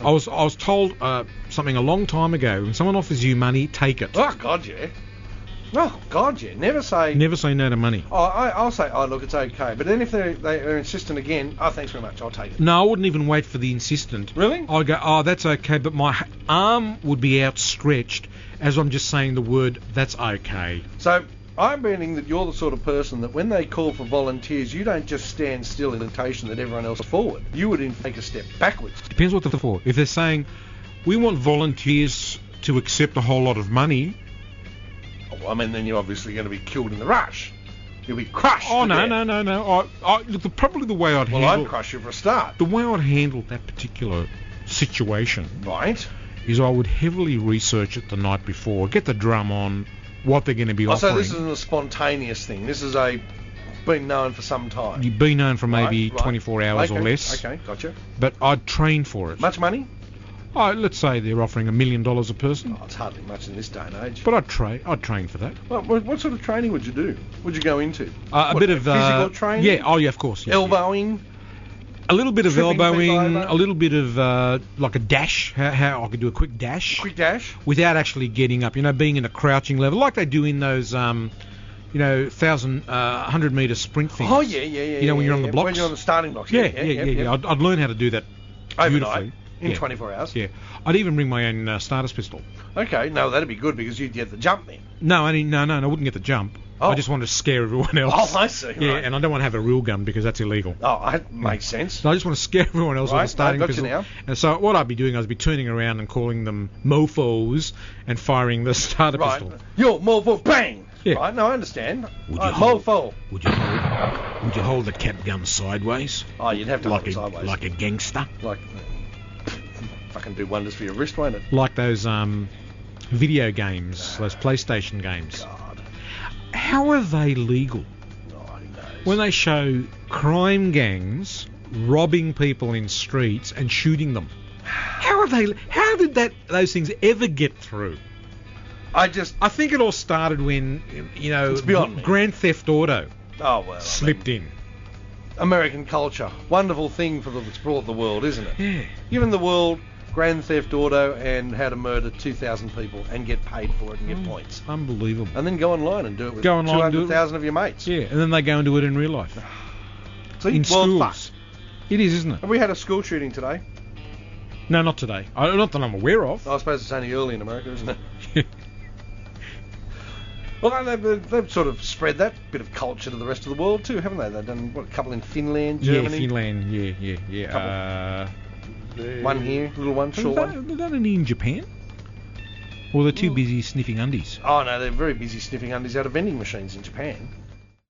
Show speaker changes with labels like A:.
A: I was I was told uh, something a long time ago. When someone offers you money, take it.
B: Oh God, yeah. Oh God, yeah. Never say.
A: Never say no to money.
B: Oh, I, I'll say, oh look, it's okay. But then if they're they are insistent again, oh thanks very much, I'll take it.
A: No, I wouldn't even wait for the insistent.
B: Really?
A: I go, oh, that's okay, but my h- arm would be outstretched as I'm just saying the word, that's okay.
B: So I'm betting that you're the sort of person that when they call for volunteers, you don't just stand still in the notation that everyone else is forward. You would in take a step backwards.
A: Depends what they're for. If they're saying, we want volunteers to accept a whole lot of money,
B: Well, Oh, I mean, then you're obviously going to be killed in the rush. You'll be crushed.
A: oh,
B: to
A: no,
B: death.
A: no, no, no. I, I, look, the, probably the way I'd
B: Well, I'd
A: handle...
B: crush you for a start.
A: The way I'd handle that particular situation
B: Right.
A: is I would heavily research it the night before, get the drum on, what they're going to be
B: Oh,
A: offering.
B: so this isn't a spontaneous thing. This is a been known for some time.
A: You'd be known for maybe
B: Right, right.
A: 24 hours or
B: Okay,
A: less,
B: Okay, gotcha.
A: but I'd train for it.
B: Much money?
A: Oh, let's say they're offering a million dollars a person,
B: Oh, it's hardly much in this day and age.
A: but I'd, tra- I'd train for that.
B: Well, what, what sort of training would you do? Would you go into?
A: Uh, a
B: What,
A: bit of uh,
B: physical training.
A: Yeah, oh yeah, of course. yeah, yeah.
B: Elbowing.
A: A little bit of
B: tripping people
A: elbowing,
B: over.
A: a little bit of uh, like a dash. How, how I could do a quick dash
B: Quick dash.
A: without actually getting up. You know, being in a crouching level, like they do in those, um, you know, thousand, uh, hundred meter sprint things.
B: Oh yeah, yeah, yeah.
A: You know, when
B: yeah,
A: you're on the
B: yeah. When
A: blocks?
B: you're on the starting blocks.
A: Yeah, yeah, yeah, yeah. I'd, I'd learn how to do that
B: Overnight.
A: beautifully.
B: In
A: yeah.
B: 24 hours.
A: Yeah, I'd even bring my own uh, starter's pistol.
B: Okay, no, that'd be good because you'd get the jump then.
A: No, I didn't, no, no, no, I wouldn't get the jump.
B: Oh.
A: I just wanted to scare everyone else.
B: Oh, I see.
A: yeah,
B: right.
A: and I don't want to have a real gun because that's illegal.
B: oh, that makes sense.
A: So I just want to scare everyone else
B: Right,
A: with a starting
B: I've got you
A: pistol.
B: now.
A: And so what I'd be doing, I'd be turning around and calling them mofos and firing the starter
B: Right.
A: pistol.
B: Yo, mofo, bang.
A: Yeah.
B: Right. No, I understand.
A: Would
B: Uh,
A: you hold-
B: mofo.
A: Would you hold? Would you hold the cap gun sideways,
B: Oh, you'd have to
A: like
B: hold it
A: a
B: sideways.
A: like a gangster?
B: like fucking do wonders for your wrist, won't it?
A: Like those um, video games, those PlayStation games.
B: God,
A: How are they legal?
B: no, who knows?
A: When they show crime gangs robbing people in streets and shooting them, how are they? How did that those things ever get through?
B: I just
A: I think it all started when you know
B: It's beyond me.
A: Grand Theft Auto
B: oh well, I
A: slipped in.
B: mean, American culture, wonderful thing for the, that's brought the world, isn't it?
A: Yeah.
B: Given the world Grand Theft Auto and how to murder 2,000 people and get paid for it and get points,
A: Unbelievable.
B: and then go online and do it with
A: Mm. Go online and do it with-
B: 200,000 of your mates.
A: Yeah, and then they go and do it in real life.
B: See,
A: In
B: well,
A: schools.
B: fuck.
A: It is, isn't it?
B: Have we had a school shooting today?
A: No, not today. I, not that I'm aware of.
B: I suppose it's only early in America, isn't it? Well, they- they've, they've sort of spread that bit of culture to the rest of the world too, haven't they? They've done what, a couple in Finland, Germany,
A: Yeah, Finland. Yeah, yeah, yeah. Uh,
B: one here, little one,
A: Have they
B: short one.
A: done- have they done any in Japan? Or they're too busy sniffing undies.
B: Oh no, they're very busy sniffing undies out of vending machines in Japan.